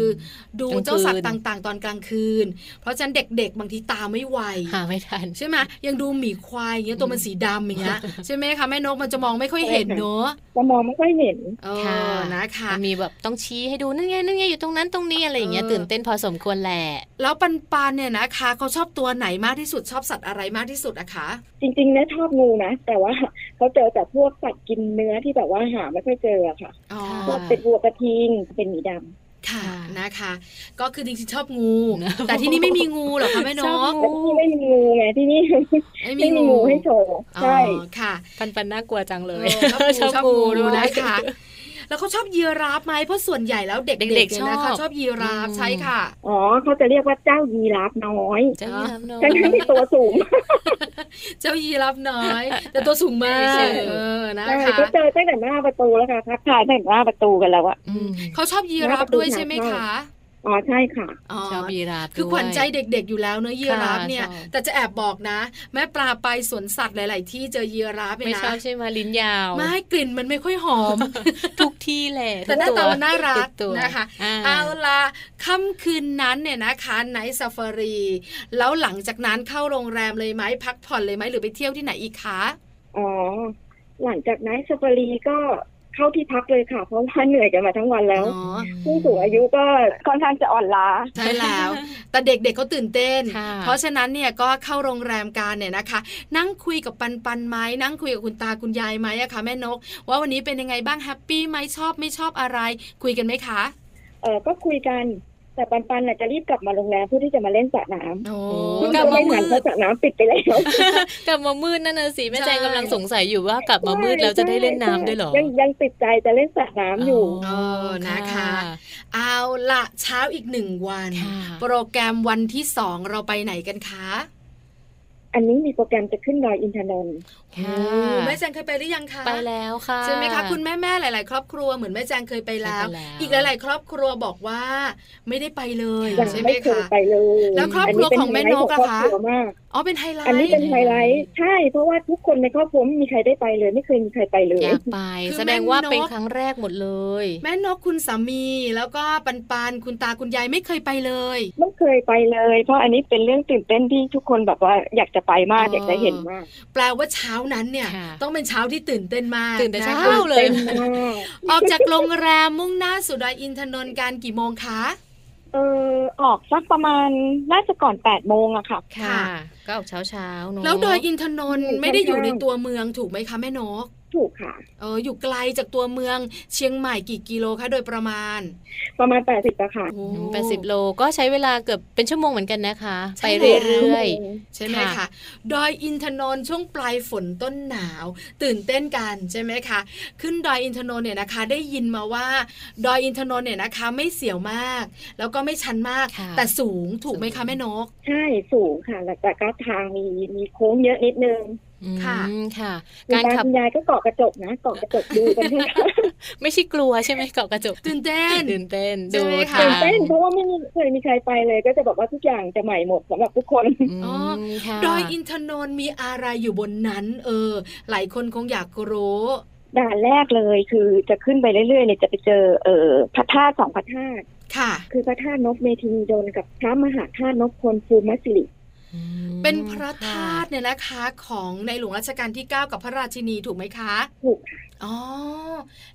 B: อดู
A: กลางคืน
B: เจ้าสัตว์ต่างๆ ตอนกลางคืน เพราะฉะนั้นเด็กๆ บางทีตาไม่ไว
A: หาไม่ทัน
B: ใช่ไหมยังดูหมีควายอย่างเงี้ยตัวมันสีดำอย่างเงี้ยใช่ไหมคะแม่นกมันจะมองไม่ค่อยเห็นเนอะ
E: จะมองไม่ค่อยเห็น
B: เอ
A: ค่ะ
B: อนะคะ
A: มันมีแบบต้องชี้ให้ดูนั่นไงนั่นไงอยู่ตรงนั้นตรงนี้อะไรอย่างเงี้ย
B: เออ
A: ตื่นเต้นพอสมควรแหละ
B: แล้วปันปันเนี่ยนะคะเขาชอบตัวไหนมากที่สุดชอบสัตว์อะไรมากที่สุดอะคะ
E: จริงๆนะชอบงูนะ แต่ว่าเขาเจอแต่พวกสัตว์กินเนื้อที่แบบว่าหาไม่ค่อยเจออะค่ะ
B: อ๋อ
E: ชอบเป็นวัวกระทิง เป็นหมีดำ
B: ค่ะ
A: ค่ะ
B: นะคะ ก็คือจริงๆชอบงู
A: นะ
B: แต่ที่นี่ไม่มีงูเหรอคะแม่น
A: ชอบ
B: ก
A: งู
E: แล้วที่ไม่มีงูไงที่นี่
B: ไม่
E: ไม่มีงูให้โชว์ ใช่
B: อ๋อค่ะ
A: ปันปันน่ากลัวจังเลย
B: เออชอบงู
A: ช
B: ดู
A: อบงู
B: นะคะ แล้วเขาชอบยีราฟไหมเพราะส่วนใหญ่แล้วเด็กๆ
A: เด็กๆ
B: เนี่ยนะ
A: ชอ
B: คะ
A: บ
B: ชอบยีราฟ
A: อืม
B: ใช่ค่ะ
E: อ๋อเขาจะเรียกว่าเจ้ายีราฟน้อย
A: เจ้ายีราฟน้อย
E: ทั้งที่ตัวสูง
B: เจ้ายีราฟน้อย แต่ตัวสูงมาก
A: ใช่
B: เออนะ
E: ใช่
B: คะ
E: ก็เจอตั้งแต่หน้าประตูแล้วค่ะทักทายตั้งแต่หน้าประตูกันแล้วอะ
A: อืม
B: เขาชอบยีราฟด้วยใช่ไหมคะ
E: อ๋อใช่ค่ะ
B: อ๋อ
A: ชอบยีราฟ
B: คือ
A: ด้ย
B: ขวัญใจเด็กๆ อยู่แล้วเนื้อะยีราฟเนี่ย
A: ชอบ
B: แต่จะแอบบอกนะ แม่ปลาไปสวนสัตว์หลาย ๆ ที่เจอยีราฟเนี่ย
A: ไม่
B: นะ
A: ชอบใช่ไหมลิ้นยาว
B: ไม่กลิ่นมันไม่ค่อยหอม
A: ทุกที่แหละ
B: แต่หน้าตามันน่ารัก
A: ทุตัว
B: นะคะ
A: อ่า
B: เอาละค่ำคืนนั้นเนี่ยนะคะไนท์ซาฟารี แล้วหลังจากนั้นเข้าโรงแรมเลยไหมพักผ่อนเลยไหมหรือไปเที่ยวที่ไหนอีกคะ
E: อ๋อ หลังจากนั้นซาฟารีก็ เข้าที่พักเลยค่ะ เพราะว่าเหนื่อยกันมาทั้งวันแล้ว
B: เนาะ
E: ผู้สูงอายุก็ค่อนข้างจะอ่อนล้า
B: ใช่แล้ว แต่เด็กๆเขาตื่นเต้น
A: ค่ะ
B: เพราะฉะนั้นเนี่ยก็เข้าโรงแรมกันเนี่ยนะคะ นั่งคุยกับปันปันๆไหมนั่งคุยกับคุณตาคุณยายไหมอะคะแม่นก ว่าวันนี้เป็นยังไงบ้างแฮปปี้ไหมชอบไม่ชอบอะไร คุยกันไหมคะ
E: เออก็คุยกัน แต่ปันปันน่ะจะรีบกลับมาโรงแรมเพื่อที่จะมาเล่นสระน้ำ
B: โอ้
A: โอ้ กลับมา
E: เล่น
A: มื
E: งาน
A: ด
E: เพราะสระน้ำปิดไปแล้ว
A: กลับมามืดนั่นน่ะสิแม่แจง
B: ใช่
A: กำลังสงสัยอยู่ว่ากลับมามืดแล้วจะได้เล่นน้ำด้วยเหรอ
E: ยังยังติดใจจะเล่นสระน้ำอยู่
B: เออนะคะ เอาละเช้าอีกหนึ่งวัน
A: ค่ะ
B: โปรแกรมวันที่สองเราไปไหนกันคะ
E: อันนี้มีโปรแกรมจะขึ้นดอยอินทนนท์
A: ค่ะ
B: โอ้แม่แจงเคยไปหรือยังคะ
A: ไปแล้วค่ะ
B: ใช่ไหมคะคุณแม่แม่ๆหลาย ๆ ครอบครัวเหมือนแม่แจงเคยไปแล้ว
A: เคยไปแล้ว
B: อีกหลาย ๆ ครอบครัวบอกว่าไม่ได้ไปเลย
E: ยัง
B: ใช่ไหม
E: ไม่เคย
B: คะ
E: ไปเลย
B: แล้วครอบครัวของแม่นกอะคะ
E: เป็ไฮไลท์ของรอบรัวมาก
B: อ๋อเป็นไฮไลท์
E: อันนี้เป็นไฮไลท์ใช่ เพราะว่าทุกคนในครอบครัวไม่มีใครได้ไปเลย ไม่เคยมีใครไปเลย
A: อยากไป แสดงว่าเป็นครั้งแรกหมดเลย
B: แม่นกคุณสามีแล้วก็ปันปันคุณตาคุณยายไม่เคยไปเลย
E: ไม่เคยไปเลย เพราะอันนี้เป็นเรื่องตื่นเต้นที่ทุกคนแบบว่าอยากจะไปมาก
B: อ๋ออ
E: อยากจะเห็นมาก
B: แปลว่าเช้านั้นเนี่ย
A: ค่ะ
B: ต้องเป็นเช้าที่ตื่นเต้นมาก
A: ตื่นแต่เช้า
B: ะคะ
A: เลย
E: นมาก
B: ออกจากโรงแรมมุ่งหน้าสุดอยอินทนนท์กันกี่โมงคะ
E: เออออกสักประมาณน่าจะก่อน8ปดโมงอะค่ะ
B: ค่ะ
A: ก็ออกเช้าเช้าๆเนอะ
B: แล้วดอยอินทนนท์
E: อืม
B: ไม่ได้อยู่ใน
E: ใช่
B: ตัวเมืองถูกไหมคะแม่นก
E: ถูกค่ะ
B: เอออยู่ไกลจากตัวเมืองเชียงใหม่กี่กิโลคะโดยประมาณ
E: ประมาณ 80อะค่ะ
B: โอ้
A: แปดสิบโลก็ใช้เวลาเกือบเป็นชั่วโมงเหมือนกันนะคะ
B: ใช่
A: ไปเรื่อย
B: ใช่ไหม
A: ค่ะ
B: คะดอยอินทนนท์ช่วงปลายฝนต้นหนาว ตื่นเต้นกันใช่ไหมคะขึ้นดอยอินทนนท์เนี่ยนะคะ ได้ยินมาว่า ดอยอินทนนท์เนี่ยนะคะ ไม่เสียวมาก แล้วก็ไม่ชันมาก
A: ค่ะ
B: แต่สูงถูกไหมคะแม่นก
E: ใช่สูงค่ะ แล้วแต่ก็ทางมีมีโค้งเยอะนิดนึง
A: ๆอืม
B: ค่ะ
A: ค่ะ
E: คุณ
A: การ
E: ตา
A: ขับ
E: คุณยายก็เกาะกระจกนะเกาะกระจกดูกัน ค่ะ
A: ไม่ใช่กลัวใช่ไหมเกาะกระจก
B: ตื่นเต้น
A: ตื่นเต้น
B: ใช่
A: ดู
B: ไหมคะ
A: ทาง
E: ตื่นเต้นเพราะว่าไม่มีเคยมีใครไปเลย ก็จะบอกว่าทุกอย่างจะใหม่หมดสำหรับทุกคน
A: อืม
B: อ๋อ
A: ค่ะ
B: ดอยอินทนนท์มีอะไรอยู่บนนั้น เออ หลายคนคงอยากรู้
E: ด่านแรกเลยคือจะขึ้นไปเรื่อยๆเนี่ยจะไปเจอเอ่อพระธาตุสองพระธาตุ
B: ค่ะ
E: คือพระธาตุนพเมธินีดลกับพระมหาธาตุนพพลภูมิสิริ
B: เป็นพระธาตุเนี่ยนะคะ ของในหลวงรัชกาลที่ 9 กับพระราชินีถูกไหมคะ
E: ถูก
B: อ๋อ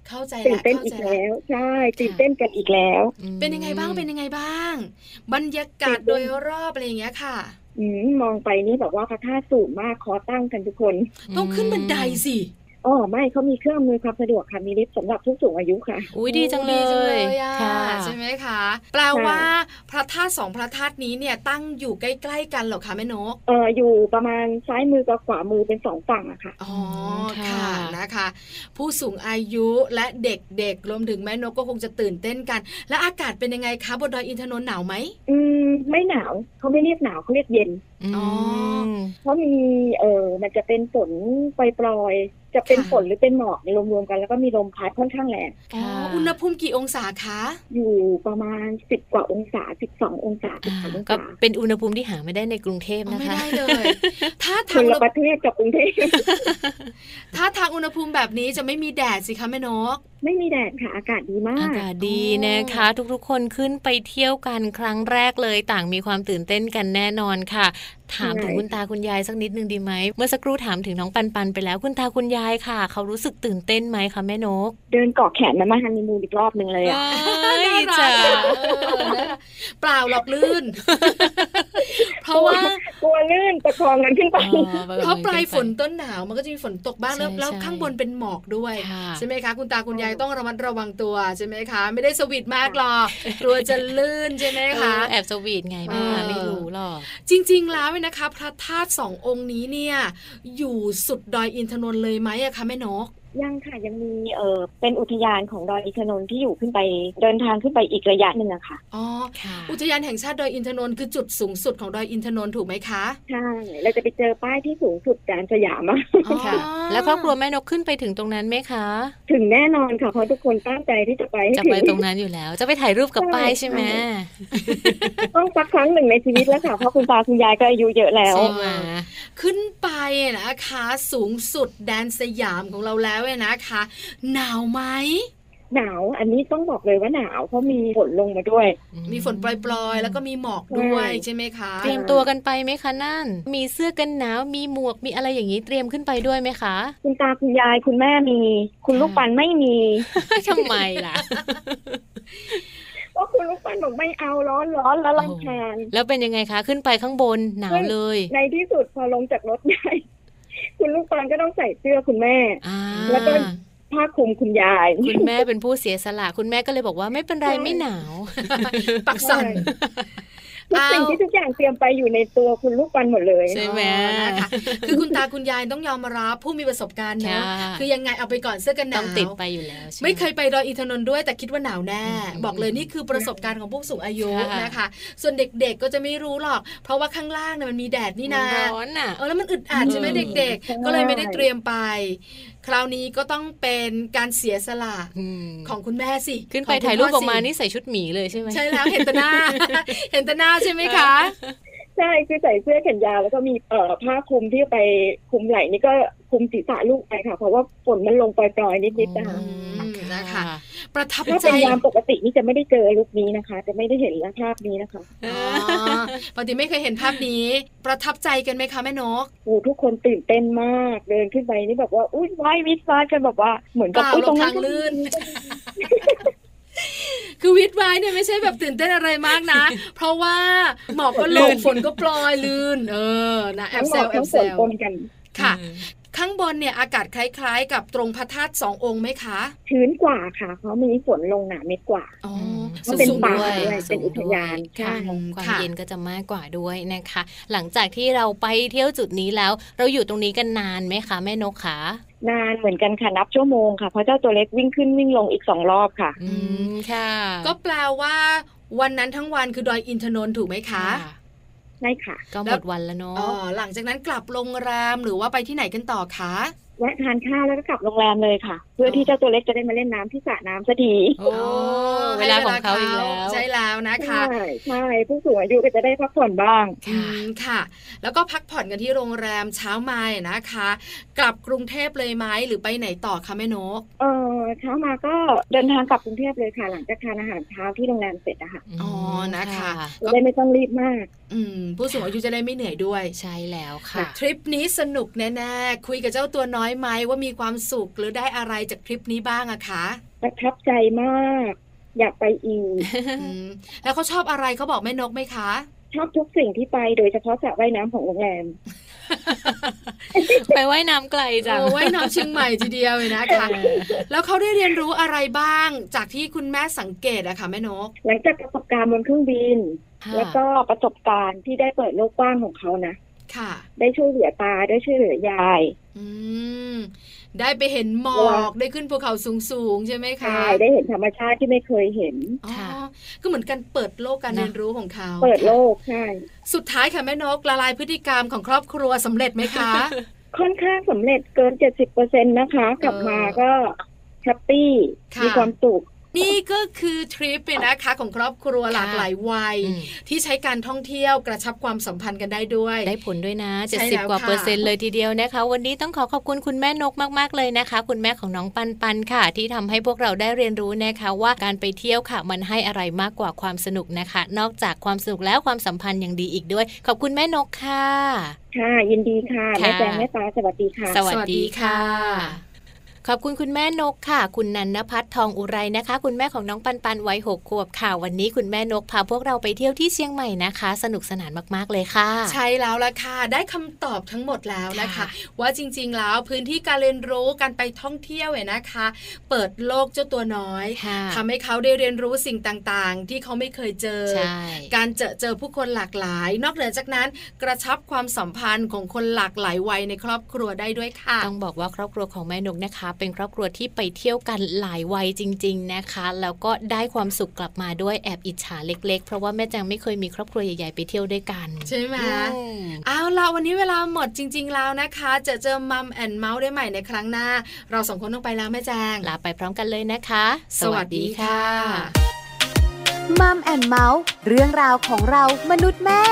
B: เข้าใจ
E: ตื่น
B: ละ
E: เต้น
B: เข้า
E: อีก
B: ใจละ
E: แล้ว ใช่ตื่นเต้นกันอีกแล้ว
B: เป็นยังไงบ้าง เป็นยังไงบ้าง บรรยากาศ
E: ตื่นเต้น
B: โดยรอบอะไรอย่างเงี้ยค่ะ
E: อืมมองไปนี่แบบว่าพระธาตุสูงมากคอตั้งกันทุกคน
B: ต้องขึ้นบันไดสิ
E: อ๋อไม่เขามีเครื่องอำนวยความสะดวกค่ะมีลิฟต์สำหรับผู้สูงอายุค่ะ
A: อุ้ยดีจังเล
B: ดีจังเลย ยอะ
A: ค่ะ
B: ใช่ไหมคะ แปลว่าพระธาตุสองพระธาตุนี้เนี่ยตั้งอยู่ใกล้ๆกันเหรอคะแม่นก
E: เอ่ออยู่ประมาณซ้ายมือกับขวามือเป็นสองฝั่งอะค่ะ
B: อ๋อค่ะนะคะ ผู้สูงอายุและเด็กๆรวมถึงแม่นกก็คงจะตื่นเต้นกัน และอากาศเป็นยังไงคะบนดอยอินทนนท์หนาวไหม
E: อืมไม่หนาวเขาไม่เรียกหนาวเขาเรียกเย็น
B: อ๋อ
A: ม
E: เพราะมีเออมันจะเป็นฝนปลอยๆจะเป็น
B: ค่ะ
E: ฝนหรือเป็นหมอกรวมๆกันแล้วก็มีลมพัดค่อนข้างแรง
A: ค่ะ
B: อ๋ออุณหภูมิกี่องศาคะ
E: อยู่ประมาณสิบกว่าองศาสิบสององศาสิบ
A: อ่า
E: สามอง
A: ก็
E: ศา
A: เป็นอุณหภูมิที่หาไม่ได้ในกรุงเทพ
B: อ๋อ
A: นะ
B: ไม่
A: คะ
B: ได้เลย ถ้า
E: ค
B: ทาง
E: นละ
B: ระ
E: ประเทศกับกรุงเทพ
B: ถ้าทางอุณหภูมิแบบนี้จะไม่มีแดดสิคะแม่นก
E: ไม่มีแดดค่ะ อากาศดีมา
A: อาก กาศดีนะคะ ทุกๆ คนขึ้นไปเที่ยวกันครั้งแรกเลยต่างมีความตื่นเต้นกันแน่นอนค่ะ ถาม
E: ใช่
A: ถึงคุณตาคุณยายสักนิดนึงดีไหม เมื่อสักครู่ถามถึงน้องปันปันไปแล้วคุณตาคุณยายค่ะ เขารู้สึกตื่นเต้นไหมคะแม่นก
E: เดินเกาะแขนมันมาฮันนีมูนอีกรอบหนึ่งเลยอะ
A: น่า
B: น่ารั
A: จ้ะ
B: กอะเออนะคะเปล่าหรอกลื่น เพราะว่าก
E: ลัวลื่นประคองกันขึ้นไป
B: เพราะปลายฝน
A: ต
B: ต้นหนาวมันก็จะมีฝนตกบ้างแล้ว
A: ใช่
B: แล้ว
A: ใช่
B: ข้างบนเป็นหมอกด้วย
A: ค่ะ
B: ใช่ไหมคะคุณตาคุณยายต้องระมัดระวังตัวใช่ไหมคะ ไม่ได้สวีทมากหรอกกลัวจะลื่นใช่ไหม้ คะ
A: แอบสวีทไงแม่
B: เออ
A: ไม่รู้หรอก
B: จริง ๆ แล้วเนี่ยนะคะ พระธาตุสององค์นี้เนี่ย อยู่สุดดอยอินทนนท์เลยไหมอะคะแม่นก
E: ยังค่ะยังมีเออเป็นอุทยานของดอยอินทนนท์ที่อยู่ขึ้นไปเดินทางขึ้นไปอีกระยะหนึ่งอะค่ะ
B: อ๋อ
A: ค่ะ
B: อุทยานแห่งชาติดอยอินทนนท์คือจุดสูงสุดของดอยอินทนนท์ถูกไหมคะ
E: ใช่เราจะไปเจอป้ายที่สูงสุดจานสยามอะ
B: อ๋อ
A: ค่ะ แล้วครอบครัวแม่นกขึ้นไปถึงตรงนั้นไหมคะ
E: ถึงแน่นอนค่ะเพราะทุกคนตั้งใจที่จะไปให้
A: จะ
E: ถึ
A: ไป
E: ง
A: ตรงนั้นอยู่แล้ว จะไปถ่ายรูปกับป้ายใช่ไหม
E: ใช่ ต้องสักครั้งหนึ่งในชีวิตแล้วค่ะเพราะคุณตาคุณยายก็อายุเยอะแล้ว
A: ใช่ไหม
B: ขึ้นไปนะคะ สูงสุดแดนสยามของเราแล้วเนี่ยนะคะ หนาวไหม
E: หนาว อันนี้ต้องบอกเลยว่าหนาวเพราะมีฝนลงมาด้วย
B: มีฝนปล่อยๆ แล้วก็มีหมอกด้วยใช่ไหมคะ
A: เตรียมตัวกันไปไหมคะนั่น มีเสื้อกันหนาว มีหมวก มีอะไรอย่างนี้เตรียมขึ้นไปด้วยไหมคะ
E: คุณตาคุณยายคุณแม่มี คุณลูกปันไม่มี
A: ทำไมล่ะ
E: เพราะคุณลูกปันบอกไม่เอาร้อนร้อนแล้วรำคาญ
A: แล้วเป็นยังไงคะ ขึ้นไปข้างบนหนาวเลย
E: ในที่สุดพอลงจากรถใหญ่ คุณลูกปันก็ต้องใส่เสื้อคุณแม่
A: อ่า
E: แล้วก็ ผ้าคลุมคุณยาย
A: คุณแม่เป็นผู้เสียสละ คุณแม่ก็เลยบอกว่าไม่เป็นไร
E: ใช่
A: ไม่หนาว
B: ปักสัน
E: ทุกสิ่งที่ทุกอย่างเตรียมไปอยู่ในตัวคุณลูกปันหมดเลย
A: ใช่ไหม
B: นะคะ คือคุณตาคุณยายต้องยอมรับผู้มีประสบการณ์นะ
A: ค่ะ
B: คือยังไงเอาไปก่อนเสื้อกันห
A: ต้
B: นา
A: อง
B: ว
A: ติดไปอยู่แล้วใช่ห
B: ไม่เคยไปดอยอินทนนท์ด้วยแต่คิดว่าหนาวแน่
A: อืม
B: บอกเลยนี่คือประสบการณ์ของผู้สูงอายุ
A: ค่ะ
B: นะคะ ส่วนเด็กๆก็จะไม่รู้หรอก เพราะว่าข้างล่างเนี่ยมันมีแดดนี่
A: มั
B: นะ
A: ร้อนอ่ะ
B: เออแล้วมันอึดอัดใช่ไหม
A: อืม
B: เด็ก
E: ใช่
B: ๆ ก็เลยไม่ได้เตรียมไป คราวนี้ก็ต้องเป็นการเสียสละ
A: ม
B: ของคุณแม่สิ
A: ขึ้นไป
B: ของคุณ
A: ถ่ายรูป
B: พ่
A: ออกมา
B: สิ
A: นี่ใส่ชุดหมีเลยใช่ไหม
B: ใช่แล้วเห็นแตหน้า เห็นแตหน้าใช่ไหมคะ
E: ใช่คือใส่เสื้อแขนยาวแล้วก็มีเอ่อผ้าคลุมที่ไปคลุมไหล่นี่ก็คลุมศีรษะลูกไปค่ะ เพราะว่าฝนมันลงปล่อยๆนิดๆนะคะ
B: อืมนะคะ ประทับ
E: ถ้า
B: ใจ
E: เป็นยามปกตินี่จะไม่ได้เจอลุคนี้นะคะ จะไม่ได้เห็นภาพนี้นะคะ
B: อ๋อปกติไม่เคยเห็นภาพนี้ ประทับใจกันไหมคะแม่นก
E: โอ้ทุกคนตื่นเต้นมากเดินขึ้นไปนี่แบบว่าอุ้ยว้ายมิสวาดกันแบบว่าเหมือนกับ
B: เปล่า
E: อุ้ยตรงนั้น
B: ลงทางลื่น คือวิทย์ไว้เนี่ยไม่ใช่แบบตื่นเต้นอะไรมากนะ เพราะว่าหมอกก็หล
A: ลื่
B: ง
A: น
B: ฝนก็ปลอยลื่น เออนะแอ
E: ทั้
B: บ
E: งห
B: แซ
E: ม
B: วแอ
E: อก
B: บ
E: ทั้
B: แซ
E: ง
B: ว
E: ฝนปนกัน
B: ค่ะ
A: อืม
B: ข้างบนเนี่ยอากาศคล้ายๆ กับตรงพระธาตุสององค์ไหมคะ
E: ชื้นกว่าค่ะ เพราะมีฝนลงหนาเม็ดกว่า
B: อ๋อ
E: เพราะเป็น
B: สูง
E: ป่า
B: ๆด้วย
E: ด้วยเป็นอุทยาน
A: ค่ะ
B: ค่ะ
A: ความ
B: ค่ะ
A: เย็นก็จะมากกว่าด้วยนะคะ หลังจากที่เราไปเที่ยวจุดนี้แล้ว เราอยู่ตรงนี้กันนานไหมคะแม่นกคะ
E: นานเหมือนกันค่ะนับชั่วโมงค่ะ เพราะเจ้าตัวเล็กวิ่งขึ้นวิ่งลงอีกสองรอบค่ะ
A: อืมค่ะ
B: ก็แปลว่า วันนั้นทั้งวันคือดอยอินทนนท์ถูกไหมคะ
A: ค่ะ
E: ใช่ค่ะ
A: ก็หมดวันแล้วเนาะ
B: อ๋อหลังจากนั้นกลับโรงแรมหรือว่าไปที่ไหนกันต่อคะ
E: แวะทานข้าวแล้วก็กลับโรงแรมเลยค่ะ เพื่อที่เจ้าตัวเล็กจะได้มาเล่นน้ำที่สระน้ำสักที
A: โอ้เวลาของเขาอีกแล้ว
B: ใช่แล้วนะคะ
E: ใช่ใช่ผู้สูงอายุก็จะได้พักผ่อนบ้าง
B: อืมค่ะ แล้วก็พักผ่อนกันที่โรงแรมเช้ามาเนี่ยนะคะ กลับกรุงเทพเลยไหมหรือไปไหนต่อคะแม่นก
E: เออเช้ามาก็เดินทางกลับกรุงเทพเลยค่ะ หลังจากทานอาหารเช้าที่โรงแรมเสร็จนะคะ
A: ม
B: อ๋อนะคะก็
E: จะได้ไม่ต้องรีบมาก
B: อืมผู้สูงอายุจะได้ไม่เหนื่อยด้วย
A: ใช่แล้วค่ะ
B: ทริปนี้สนุกแน่ๆคุยกับเจ้าตัวน้อยไหมว่ามีความสุขหรือได้อะไรจากทริปนี้บ้างอะคะ
E: ประทับใจมาก อยากไปอีก
B: อืมแล้วเขาชอบอะไรเขาบอกแม่นกไหมคะ
E: ชอบทุกสิ่งที่ไปโดยเฉพาะสระว่ายน้ำของโรงแรม
A: ไปว่ายน้ำไกลจัง
B: โอ้ยน้องเชียงใหม่ทีเดียวเลยนะคะ แล้วเขาได้เรียนรู้อะไรบ้างจากที่คุณแม่สังเกตอะค่ะแม่นก
E: หลังจากประสบการณ์บนเครื่องบิน
A: ค่ะ
E: แล้วก็ประสบการณ์ที่ได้เปิดโลกกว้างของเขานะ
B: ค่ะ
E: ได้ช่วยเหลือตาได้ช่วยเหลือยาย
B: อืม ได้ไปเห็นหมอ
E: ว้า
B: กได้ขึ้นภูเขาสูงๆ ใช่ไหมคะ
E: ใช่ได้เห็นธรรมชาติที่ไม่เคยเห็น
B: อ๋อ
A: ค่ะ
B: ก็เหมือนกันเปิดโลกการ
A: นะ
B: เรียนรู้ของเขา
E: เปิดโลกใช่
B: สุดท้ายค่ะแม่นกละลายพฤติกรรมของครอบครัวสำเร็จไหมคะ
E: ค่อนข้างสำเร็จเกิน 70เปอร์เซ็นนะคะ กลับมาก็แฮปปี้
B: ค่ะ
E: มีความสุข
B: นี่ก็คือทริปเนี่ยนะคะของครอบครัวหลากหลายวัย
A: อืม
B: ที่ใช้การท่องเที่ยวกระชับความสัมพันธ์กันได้ด้วย
A: ได้ผลด้วยนะ
B: ใช่แล้ว
A: 70 กว่า
B: ค่ะ
A: เปอร์เซ็นต์เลยทีเดียวนะคะ วันนี้ต้องขอขอบคุณคุณแม่นกมาก ๆ เลยนะคะ คุณแม่ของน้องปันปันค่ะ ที่ทำให้พวกเราได้เรียนรู้นะคะ ว่าการไปเที่ยวค่ะ มันให้อะไรมากกว่าความสนุกนะคะ นอกจากความสนุกแล้วความสัมพันธ์ยังดีอีกด้วย ขอบคุณแม่นกค่ะ
E: ค่ะ ยินดีค่ะ
A: ค่ะ
E: แม่แจงแม่ตาสวัสดีค่ะ
A: สวัสดีค่ะ ขอบคุณคุณแม่นกค่ะ คุณนันนพัฒน์ทองอุไรนะคะ คุณแม่ของน้องปันปันวัยหกขวบค่ะ วันนี้คุณแม่นกพาพวกเราไปเที่ยวที่เชียงใหม่นะคะ สนุกสนานมากๆเลยค่ะ
B: ใช่แล้วล่ะค่ะ ได้คำตอบทั้งหมดแล้วนะคะ
A: ค่ะ
B: ว่าจริงๆแล้วพื้นที่การเรียนรู้การไปท่องเที่ยวเนี่ยนะคะ เปิดโลกเจ้าตัวน้อย
A: ค่ะ
B: ทำให้เขาได้เรียนรู้สิ่งต่างๆ ที่เขาไม่เคยเจอ
A: ใช่
B: การเจอเจอผู้คนหลากหลาย นอกเหนือจากนั้นกระชับความสัมพันธ์ของคนหลากหลายวัยในครอบครัวได้ด้วยค่ะ
A: ต้องบอกว่าครอบครัวของแม่นกนะคะ เป็นครอบครัวที่ไปเที่ยวกันหลายวัยจริง ๆนะคะ แล้วก็ได้ความสุขกลับมาด้วยแอบอิจฉาเล็ก ๆ เพราะว่าแม่แจงไม่เคยมีครอบครัวใหญ่ๆไปเที่ยวด้วยกัน
B: ใช่ไหม
A: อืม
B: เอาล่ะวันนี้เวลาหมดจริง ๆ แล้วนะคะ เจะเจอมัมแอนเมาส์ได้ใหม่ในครั้งหน้า เราสองคนต้องไปแล้วแม่แจง
A: ลาไปพร้อมกันเลยนะคะ
B: สวัสดีค่ะ
F: มัมแอนเมาส์เรื่องราวของเรามนุษย์แม่